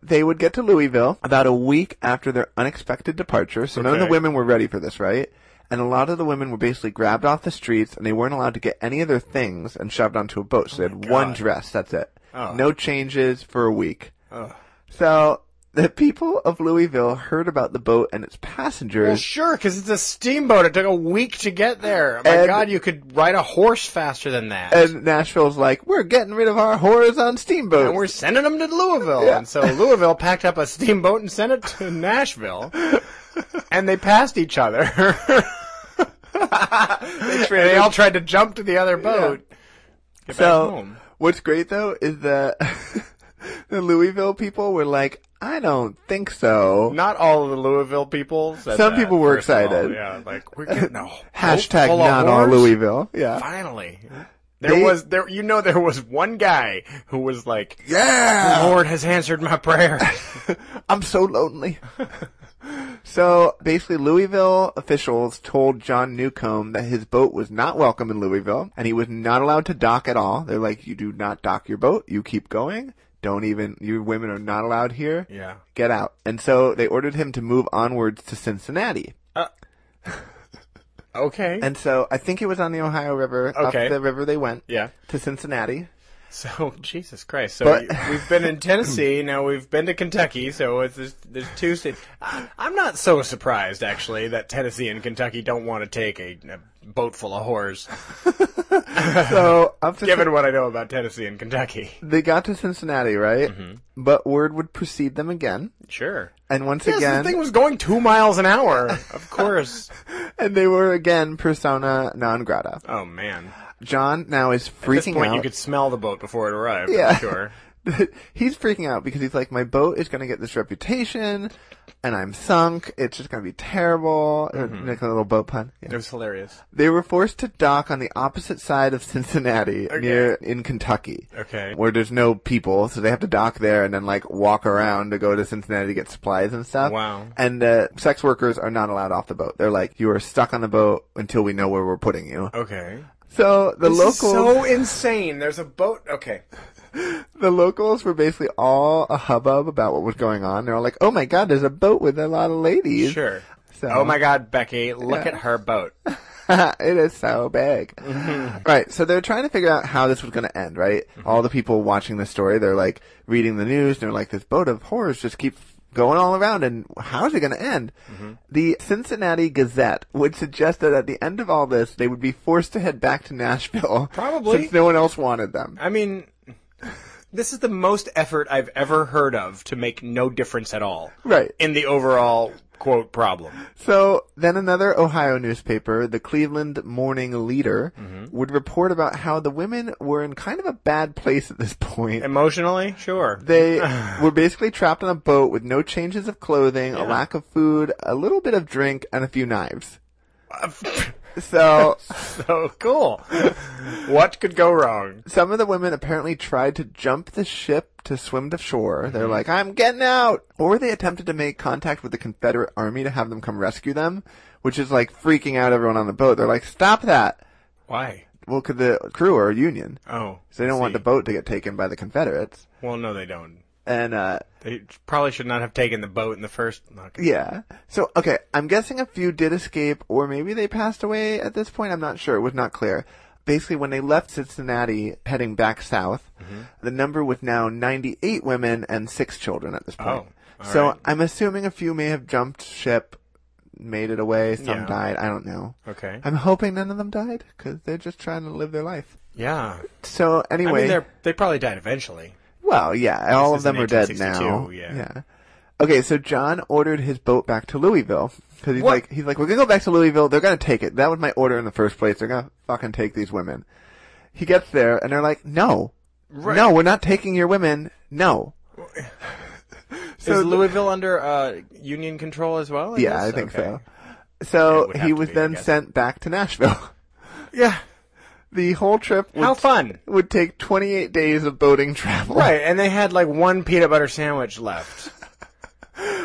They would get to Louisville about a week after their unexpected departure, so none of the
Okay.
women were ready for this, right? And a lot of the women were basically grabbed off the streets and they weren't allowed to get any of their things and shoved onto a boat. So they had one dress, that's it.
Oh.
No changes for a week.
Ugh.
So the people of Louisville heard about the boat and its passengers.
Well, sure, because it's a steamboat. It took a week to get there. My
And-
God, you could ride a horse faster than that.
And Nashville's like, we're getting rid of our whores on steamboats.
and we're sending them to Louisville.
Yeah.
And so Louisville packed up a steamboat and sent it to Nashville. and they passed each other. they, all tried to jump to the other boat. Get back
So-
home.
What's great though is that the Louisville people were like, I don't think so.
Not all of the Louisville people. said
Some
that,
people were
first of all.
excited.
Yeah, like we're getting a
Hashtag
full of
not all
horse.
Louisville. Yeah.
Finally, there
They-
was there. You know, there was one guy who was like,
Yeah!
"The Lord has answered my prayer."
I'm so lonely. so basically, Louisville officials told John Newcomb that his boat was not welcome in Louisville and he was not allowed to dock at all. They're like, you do not dock your boat. You keep going. Don't even, you women are not allowed here.
yeah.
Get out. And so they ordered him to move onwards to Cincinnati.
Uh, Okay.
And so I think it was on the Ohio River.
Okay.
Up the river they went
yeah.
to Cincinnati.
So Jesus Christ. So
But-
you- we've been in Tennessee. Now we've been to Kentucky. So it's there's, there's two states. I- I'm not so surprised actually that Tennessee and Kentucky don't want to take a, a boat full of whores,
So up to
given what I know about Tennessee and Kentucky.
they got to Cincinnati, right? But word would precede them again.
Sure.
And once
Mm-hmm. Yes,
again,
the thing was going two miles an hour. Of course.
and they were again persona non grata.
oh man.
John now is
At this
freaking
point,
out.
you could smell the boat before it arrived.
Yeah.
I'm sure.
he's freaking out because he's like, my boat is going to get this reputation, and I'm sunk. It's just going to be terrible.
Mm-hmm.
Like a little boat pun. Yeah.
It was hilarious.
They were forced to dock on the opposite side of Cincinnati,
Okay.
near in Kentucky.
Okay.
Where there's no people, so they have to dock there and then like walk around to go to Cincinnati to get supplies and stuff.
Wow.
And uh, sex workers are not allowed off the boat. They're like, you are stuck on the boat until we know where we're putting you.
Okay.
So the
This is
locals,
so insane. There's a boat. Okay.
the locals were basically all a hubbub about what was going on. They're all like, oh my god, there's a boat with a lot of ladies.
Sure.
So-
Oh my God, Becky! Look
Yeah.
at her boat.
it is so big.
Mm-hmm.
Right, so they're trying to figure out how this was going to end, right? All the people watching this story, they're like reading the news, and they're like, this boat of horrors just keeps going all around, and how is it going to end?
Mm-hmm.
The Cincinnati Gazette would suggest that at the end of all this, they would be forced to head back to Nashville.
Probably.
Since no one else wanted them.
I mean, this is the most effort I've ever heard of to make no difference at all
Right.
in the overall quote problem.
So then another Ohio newspaper, the Cleveland Morning Leader, would report about how the women were in kind of a bad place at this point.
Emotionally, sure.
They were basically trapped on a boat with no changes of clothing, a lack of food, a little bit of drink, and a few knives.
Uh,
So
so Oh, cool. What could go wrong?
some of the women apparently tried to jump the ship to swim to shore. They're like, I'm getting out! Or they attempted to make contact with the Confederate army to have them come rescue them, which is like freaking out everyone on the boat. They're like, stop that!
Why?
Well, cause the crew are Union,
Oh,
so they don't want
see.
the boat to get taken by the Confederates.
Well, no, they don't.
And, uh,
They probably should not have taken the boat in the first. Okay.
Yeah. So, okay, I'm guessing a few did escape, or maybe they passed away at this point. I'm not sure. It was not clear. Basically, when they left Cincinnati heading back south,
Mm-hmm.
the number was now 98 women and six children at this point.
Oh, all
so
right.
I'm assuming a few may have jumped ship, made it away, some
Yeah.
died. I don't know.
Okay.
I'm hoping none of them died because they're just trying to live their life.
Yeah.
So
I
anyway,
mean, they they probably died eventually.
well, yeah, all of
isn't
them are dead
1862,
now.
yeah.
Okay, so John ordered his boat back to Louisville because he's
What?
like, he's like, we're gonna go back to Louisville. They're gonna take it. That was my order in the first place. They're gonna fucking take these women. He gets there and they're like, no, no, we're not taking your women. No.
is
So-
Louisville under uh, Union control as well? I
Yeah,
guess?
I think
Oh, Okay.
so.
It
So
would have
he
to
was
be, I
then
guess.
sent back to Nashville.
Yeah.
the whole trip would,
How fun!
would take 28 days of boating travel.
Right, and they had like one peanut butter sandwich left.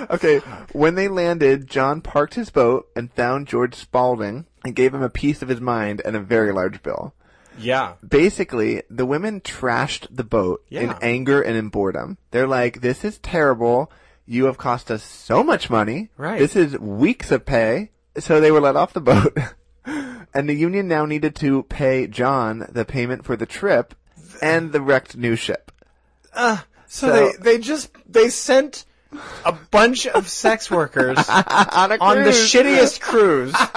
Okay, when they landed, John parked his boat and found George Spaulding and gave him a piece of his mind and a very large bill.
Yeah.
Basically, the women trashed the boat in
Yeah.
anger and in boredom. They're like, this is terrible. You have cost us so much money.
Right.
This is weeks of pay. So they were let off the boat. and the union now needed to pay John the payment for the trip and the wrecked new ship.
So,
So-
they they just they sent a bunch of sex workers
On, a
on the
cruise.
shittiest cruise. Like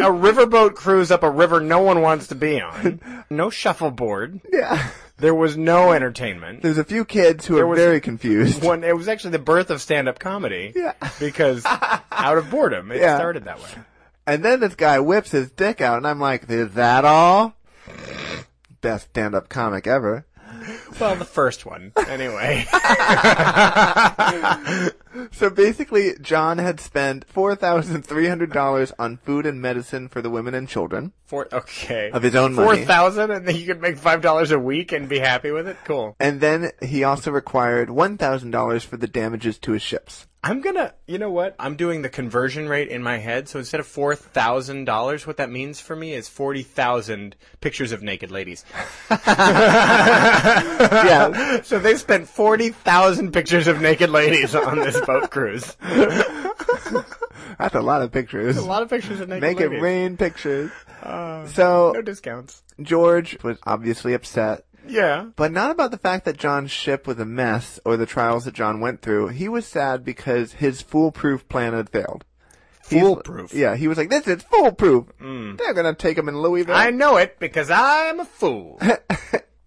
a riverboat cruise up a river no one wants to be on. No shuffleboard.
Yeah.
There was no entertainment.
There's a few kids who are
was-
very confused.
When it was actually the birth of stand-up comedy.
Yeah.
Because out of boredom, it
Yeah.
started that way.
And then this guy whips his dick out, and I'm like, is that all? best stand-up comic ever.
Well, the first one, anyway.
So basically, John had spent four thousand three hundred dollars on food and medicine for the women and children.
Four, okay.
Of his own
Four
money.
thousand, and then you could make five dollars a week and be happy with it. Cool.
And then he also required $1,000 for the damages to his ships.
I'm gonna, you know what? I'm doing the conversion rate in my head. So instead of four thousand dollars, what that means for me is forty thousand pictures of naked ladies.
Yeah.
so they spent forty thousand pictures of naked ladies on this boat cruise.
That's a lot of pictures.
A lot of pictures of naked
Make it
ladies.
rain pictures. so
No discounts.
George was obviously upset,
Yeah.
but not about the fact that John's ship was a mess or the trials that John went through. He was sad because his foolproof plan had failed. He's-
Foolproof. Mm.
yeah, he was like, "This is foolproof. They're gonna take him in Louisville."
I know it because I'm a fool.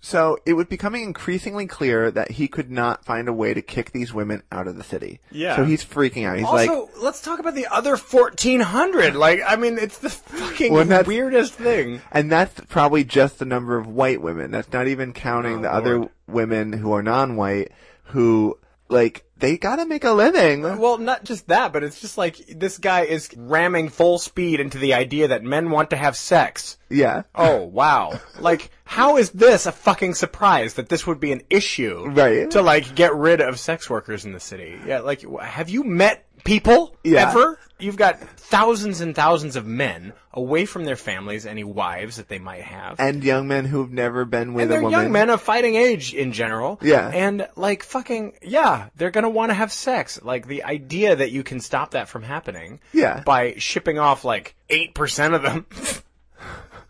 So it was becoming increasingly clear that he could not find a way to kick these women out of the city.
Yeah.
So he's freaking out. He's like,
also, let's talk about the other 1400. Like, I mean, it's the fucking
Well, that's-
weirdest thing.
And that's probably just the number of white women. That's not even counting the other
Oh, Lord.
women who are non-white who, like, they gotta make a living.
Well, not just that, but it's just like this guy is ramming full speed into the idea that men want to have sex.
yeah.
Oh, wow. like, how is this a fucking surprise that this would be an issue
Right.
to like get rid of sex workers in the city? Yeah, like w- have you met people
Yeah.
ever? You've got thousands and thousands of men away from their families, any wives that they might have.
And young men who've never been with
they're
a woman.
young men of fighting age in general.
Yeah.
And like fucking yeah, they're gonna want to have sex. Like the idea that you can stop that from happening.
Yeah.
By shipping off like eight percent of them.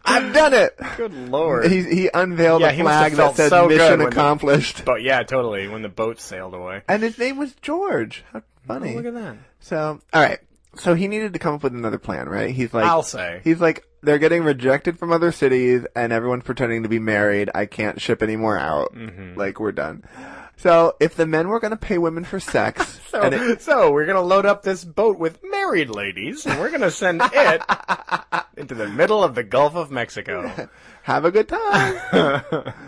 I've done it!
Good lord.
He, he unveiled
Yeah,
a
he must
flag
have
that
felt
said
so good
mission
when the-
accomplished.
but yeah, totally. When the boat sailed away.
And his name was George. How funny.
Oh, Look at that.
So, alright. So he needed to come up with another plan, right? He's like,
I'll say.
He's like, they're getting rejected from other cities, and everyone's pretending to be married. I can't ship any more out.
Mm-hmm.
Like, we're done. So, if the men were going to pay women for sex,
So,
and it-
so we're gonna load up this boat with married ladies, and we're gonna send it into the middle of the Gulf of Mexico.
have a good time.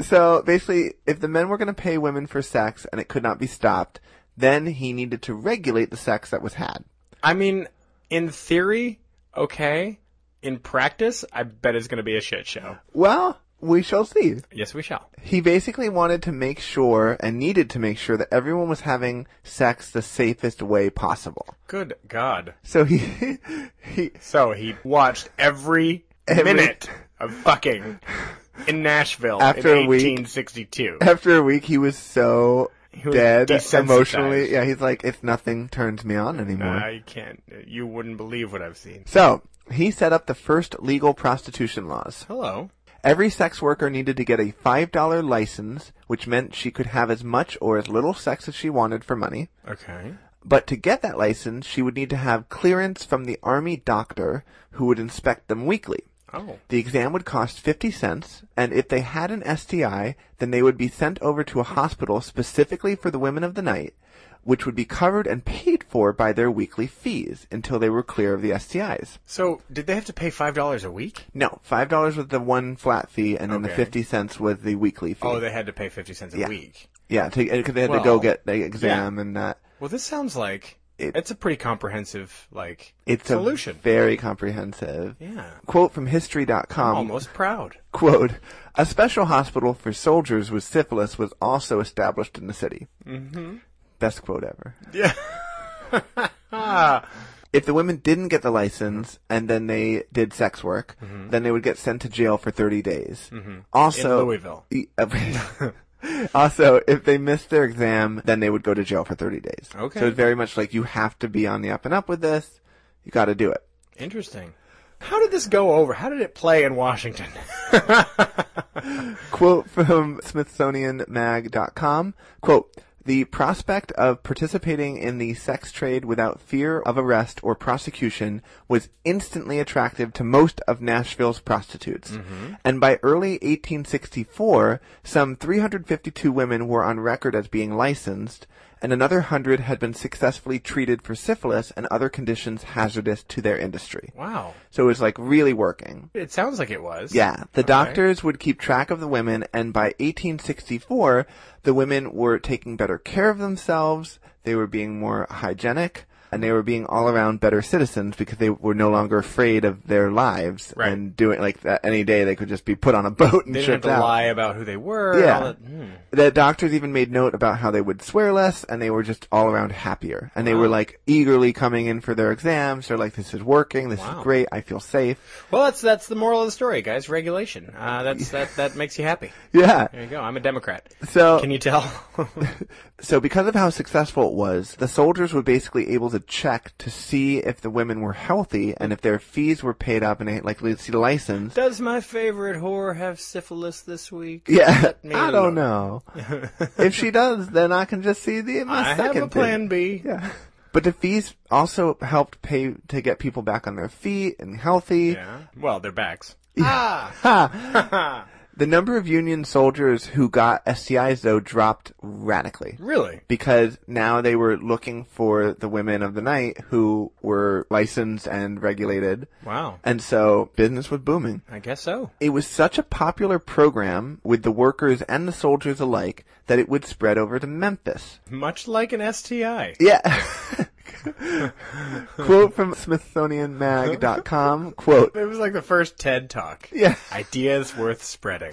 so, basically, if the men were going to pay women for sex and it could not be stopped, then he needed to regulate the sex that was had.
I mean, in theory, okay. In practice, I bet it's gonna be a shit show.
Well, we shall see.
Yes, we shall.
He basically wanted to make sure and needed to make sure that everyone was having sex the safest way possible.
Good God.
So he, he,
So he watched every,
Every-
minute of fucking in Nashville
After
in
a week.
1862.
after a week, he was so
was
dead
desensitized.
emotionally. Yeah, he's like, if nothing turns me on anymore.
I can't. You wouldn't believe what I've seen.
so, he set up the first legal prostitution laws.
Hello.
Every sex worker needed to get a $5 license, which meant she could have as much or as little sex as she wanted for money.
Okay.
But to get that license, she would need to have clearance from the army doctor who would inspect them weekly.
Oh.
The exam would cost 50 cents, and if they had an STI, then they would be sent over to a hospital specifically for the women of the night, which would be covered and paid for by their weekly fees until they were clear of the STIs.
So did they have to pay five dollars a week?
No, $5 was the one flat fee, and then the
Okay.
50 cents was the weekly fee.
Oh, they had to pay fifty cents a
Yeah.
week.
yeah, because they had to
Well,
go get the exam and that.
Well, this sounds like
It-
it's a pretty comprehensive like
It's
solution.
a very comprehensive.
yeah.
Quote from history.com.
Almost proud.
Quote, a special hospital for soldiers with syphilis was also established in the city. Mm-hmm. Best quote ever.
Yeah.
Ah. If the women didn't get the license
Mm-hmm.
and then they did sex work, then they would get sent to jail for 30 days. Mm-hmm. Also,
In Louisville.
E- also, if they missed their exam, then they would go to jail for 30 days.
Okay.
So it's very much like you have to be on the up and up with this. You got to do it.
Interesting. How did this go over? How did it play in Washington?
Quote from SmithsonianMag.com. Quote, the prospect of participating in the sex trade without fear of arrest or prosecution was instantly attractive to most of Nashville's prostitutes. And by early 1864, some 352 women were on record as being licensed, and another 100 had been successfully treated for syphilis and other conditions hazardous to their industry.
Wow.
So it was like really working.
It sounds like it was.
Yeah, the
Okay.
doctors would keep track of the women, and by 1864, the women were taking better care of themselves, they were being more hygienic, and they were being all around better citizens because they were no longer afraid of their lives
Right.
and doing like that any day they could just be put on a boat and
They didn't have
shipped
to
out.
lie about who they were. and
Yeah.
all that. Hmm.
The doctors even made note about how they would swear less and they were just all around happier. And they were like eagerly coming in for their exams. They're like, this is working. This
Wow.
is great. I feel safe.
Well, that's that's the moral of the story, guys. Regulation. Uh, that's that that makes you happy.
Yeah.
There you go. I'm a Democrat.
So
Can you tell?
So because of how successful it was, the soldiers were basically able to check to see if the women were healthy and if their fees were paid up and they like to see the license.
Does my favorite whore have syphilis this week?
Yeah,
me
I don't know. if she does, then I can just see the my
I have
second
a plan B.
Thing. Yeah. But the fees also helped pay to get people back on their feet and healthy.
Yeah. Well, they're backs. Ah.
The number of Union soldiers who got STIs though dropped radically.
Really?
because now they were looking for the women of the night who were licensed and regulated.
Wow.
And so business was booming.
I guess so.
It was such a popular program with the workers and the soldiers alike that it would spread over to Memphis.
Much like an STI.
Yeah. quote from smithsonianmag.com quote
It was like the first TED talk.
Yeah.
Ideas worth spreading.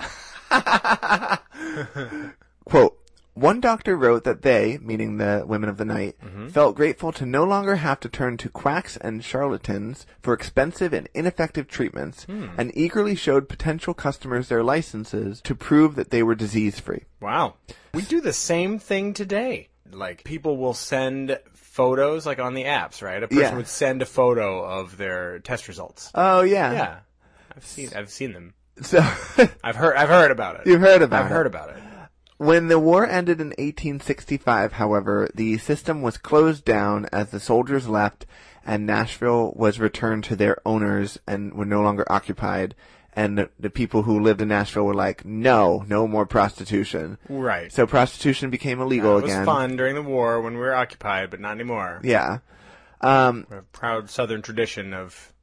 Quote, one doctor wrote that they, meaning the women of the night,
Mm-hmm.
felt grateful to no longer have to turn to quacks and charlatans for expensive and ineffective treatments
Hmm.
and eagerly showed potential customers their licenses to prove that they were disease free.
Wow. We do the same thing today. Like people will send photos like on the apps, right? A person
Yeah.
would send a photo of their test results.
Oh, yeah.
yeah. I've seen I've seen them.
So
I've heard I've heard about it.
you've heard about
I've
it.
heard about it.
When the war ended in 1865, however, the system was closed down as the soldiers left and Nashville was returned to their owners and were no longer occupied. And the, the people who lived in Nashville were like, no, no more prostitution.
Right.
So prostitution became illegal
it was
again.
fun during the war when we were occupied, but not anymore.
Yeah. Um,
We have a proud Southern tradition of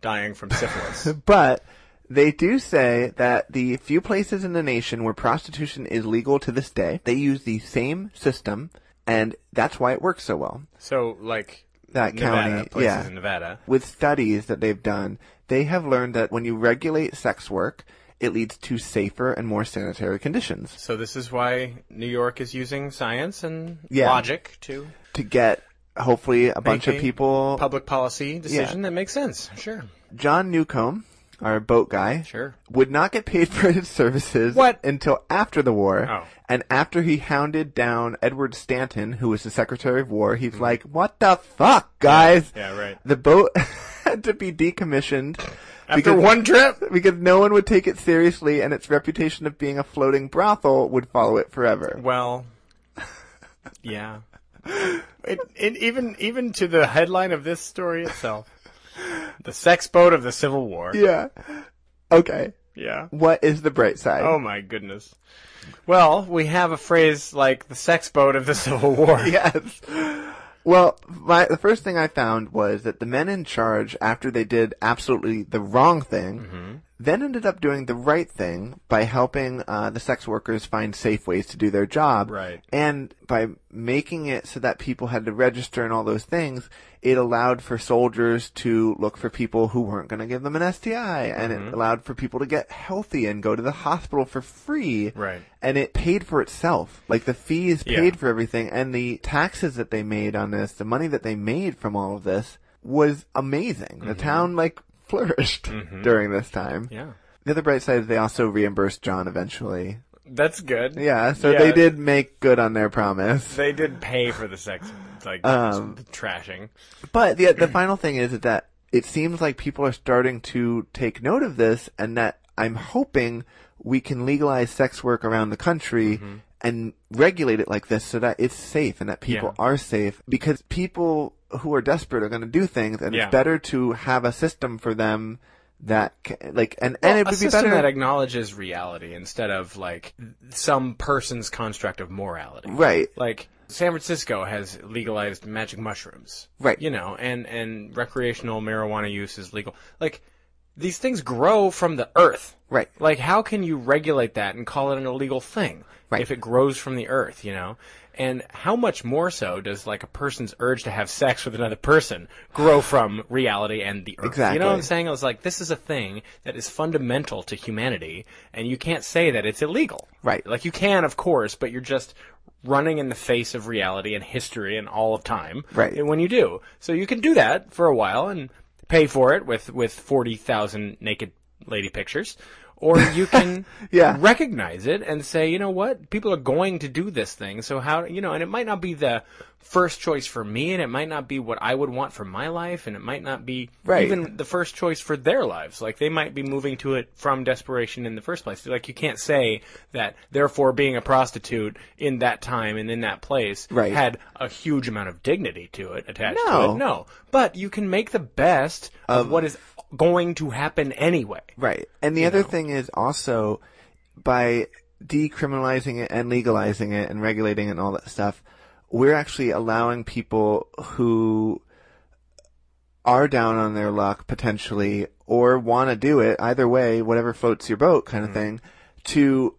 dying from syphilis.
but they do say that the few places in the nation where prostitution is legal to this day, they use the same system and that's why it works so well.
so like
That
Nevada,
county,
places
yeah.
in Nevada.
with studies that they've done, they have learned that when you regulate sex work, it leads to safer and more sanitary conditions
So this is why New York is using science and
Yeah.
logic to
to get hopefully a bunch of
Making
people.
public policy decision that makes sense. Sure,
John Newcomb, our boat guy,
sure.
would not get paid for his services
What?
until after the war.
Oh.
And after he hounded down Edward Stanton, who was the Secretary of War, he's like, what the fuck, guys?
Hmm. Yeah, right.
The boat had to be decommissioned.
After
because-
one trip,
because no one would take it seriously and its reputation of being a floating brothel would follow it forever.
well, yeah. It, it, even even to the headline of this story itself, the sex boat of the Civil War.
Yeah. Okay.
yeah.
What is the bright side?
Oh my goodness. Well, we have a phrase like the sex boat of the Civil War.
Yes. Well, my, the first thing I found was that the men in charge, after they did absolutely the wrong thing,
Mm-hmm.
then ended up doing the right thing by helping uh, the sex workers find safe ways to do their job.
Right.
And by making it so that people had to register and all those things, it allowed for soldiers to look for people who weren't going to give them an STI. And
Mm-hmm.
it allowed for people to get healthy and go to the hospital for free.
Right.
And it paid for itself. Like the fees
Yeah.
paid for everything. And the taxes that they made on this, the money that they made from all of this was amazing. The town like flourished during this time.
Mm-hmm. Yeah.
The other bright side is they also reimbursed John eventually.
That's good.
Yeah, so
Yeah.
they did make good on their promise.
They did pay for the sex, like
Um,
trashing.
But the the final thing is that it seems like people are starting to take note of this, and that I'm hoping we can legalize sex work around the country.
Mm-hmm.
And regulate it like this so that it's safe and that people
Yeah.
are safe because people who are desperate are going to do things and
Yeah.
it's better to have a system for them that ca like and, and it
a
would be
system
better
that acknowledges reality instead of like some person's construct of morality.
right
Like San Francisco has legalized magic mushrooms.
Right.
You know, and, and recreational marijuana use is legal. Like, these things grow from the earth.
Right.
Like, how can you regulate that and call it an illegal thing
Right.
if it grows from the earth, you know? And how much more so does, like, a person's urge to have sex with another person grow from reality and the earth? You know what I'm
Exactly.
saying? I was like, this is a thing that is fundamental to humanity, and you can't say that it's illegal.
Right.
Like, you can, of course, but you're just running in the face of reality and history and all of time
Right.
when you do. So you can do that for a while and pay for it with with forty thousand naked lady pictures, or you can
Yeah.
recognize it and say, you know what, people are going to do this thing. So how you know, and it might not be the first choice for me, and it might not be what I would want for my life, and it might not be
Right.
even the first choice for their lives. Like they might be moving to it from desperation in the first place. Like you can't say that therefore being a prostitute in that time and in that place
Right.
had a huge amount of dignity to it attached to
No.
it. No. But you can make the best of what is going to happen anyway.
Right. And the other thing is also by decriminalizing it and legalizing it and regulating it and all that stuff, we're actually allowing people who are down on their luck potentially or want to do it either way, whatever floats your boat kind of
Mm-hmm.
thing to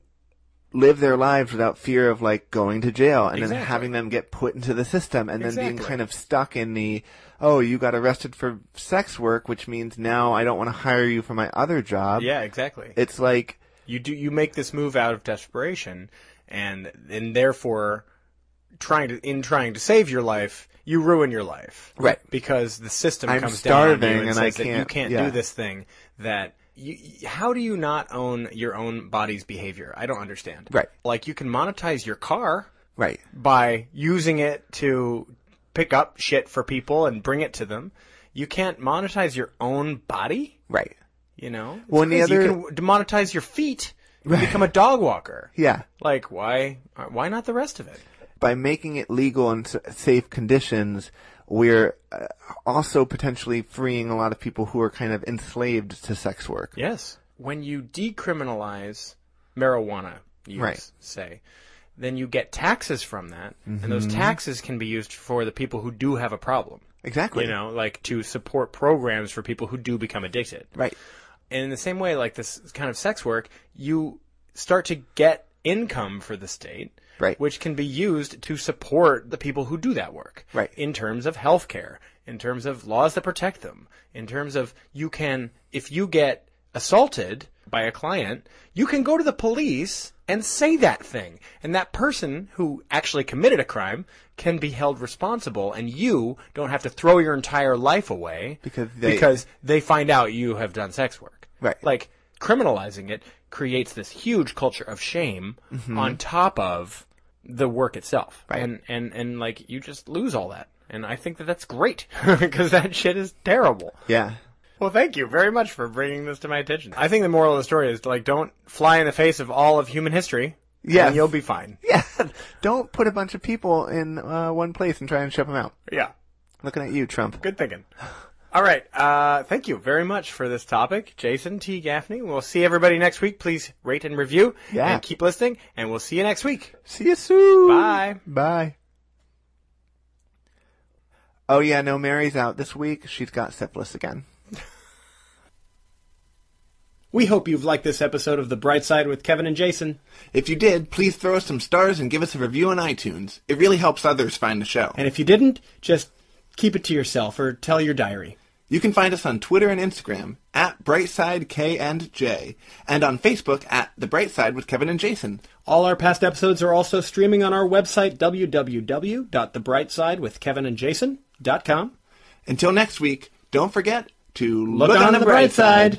live their lives without fear of like going to jail and
Exactly.
then having them get put into the system and then being
Exactly.
kind of stuck in the oh you got arrested for sex work which means now I don't want to hire you for my other job.
Yeah, exactly.
It's like
you do you make this move out of desperation and and therefore trying to in trying to save your life, you ruin your life.
Right.
Because the system
I'm
comes down on you
starving
and,
and I
says that you
can't-
can't
yeah.
do this thing that you, how do you not own your own body's behavior? I don't understand.
Right.
Like you can monetize your car
right.
by using it to pick up shit for people and bring it to them. You can't monetize your own body,
Right.
you know? It's
Well, and the
crazy.
other-
you can w- monetize your feet and become a dog walker.
Yeah.
Like why why not the rest of it?
By making it legal in s- safe conditions, we're uh, also potentially freeing a lot of people who are kind of enslaved to sex work.
Yes. When you decriminalize marijuana use,
Right.
say, then you get taxes from that, and those taxes can be used for the people who do have a problem.
Exactly.
You know, like to support programs for people who do become addicted.
Right.
And in the same way, like this kind of sex work, you start to get income for the state,
Right.
which can be used to support the people who do that work,
Right.
In terms of health care, in terms of laws that protect them, in terms of you can, if you get assaulted by a client, you can go to the police and say that thing, and that person who actually committed a crime can be held responsible, and you don't have to throw your entire life away
Because they-
because they find out you have done sex work.
Right.
Like criminalizing it creates this huge culture of shame on top of the work itself.
Right.
And and and like you just lose all that. And I think that that's great because that shit is terrible.
Yeah.
Well, thank you very much for bringing this to my attention. I think the moral of the story is like don't fly in the face of all of human history.
Yes.
And you'll be fine.
Yeah. Don't put a bunch of people in uh, one place and try and shut them out.
Yeah.
Looking at you, Trump.
Good thinking. All right. Uh, thank you very much for this topic, Jason T. Gaffney. We'll see everybody next week. Please rate and review.
Yeah.
And keep listening, and we'll see you next week.
See you soon.
Bye.
Bye. Oh yeah, no, Mary's out this week. She's got syphilis again.
We hope you've liked this episode of The Bright Side with Kevin and Jason.
If you did, please throw us some stars and give us a review on iTunes. It really helps others find the show.
And if you didn't, just keep it to yourself or tell your diary.
You can find us on Twitter and Instagram at Brightside K and J, and on Facebook at The Bright Side with Kevin and Jason.
All our past episodes are also streaming on our website, www.thebrightsidewithkevinandjason.com.
Until next week, don't forget to
Look, on, the bright side.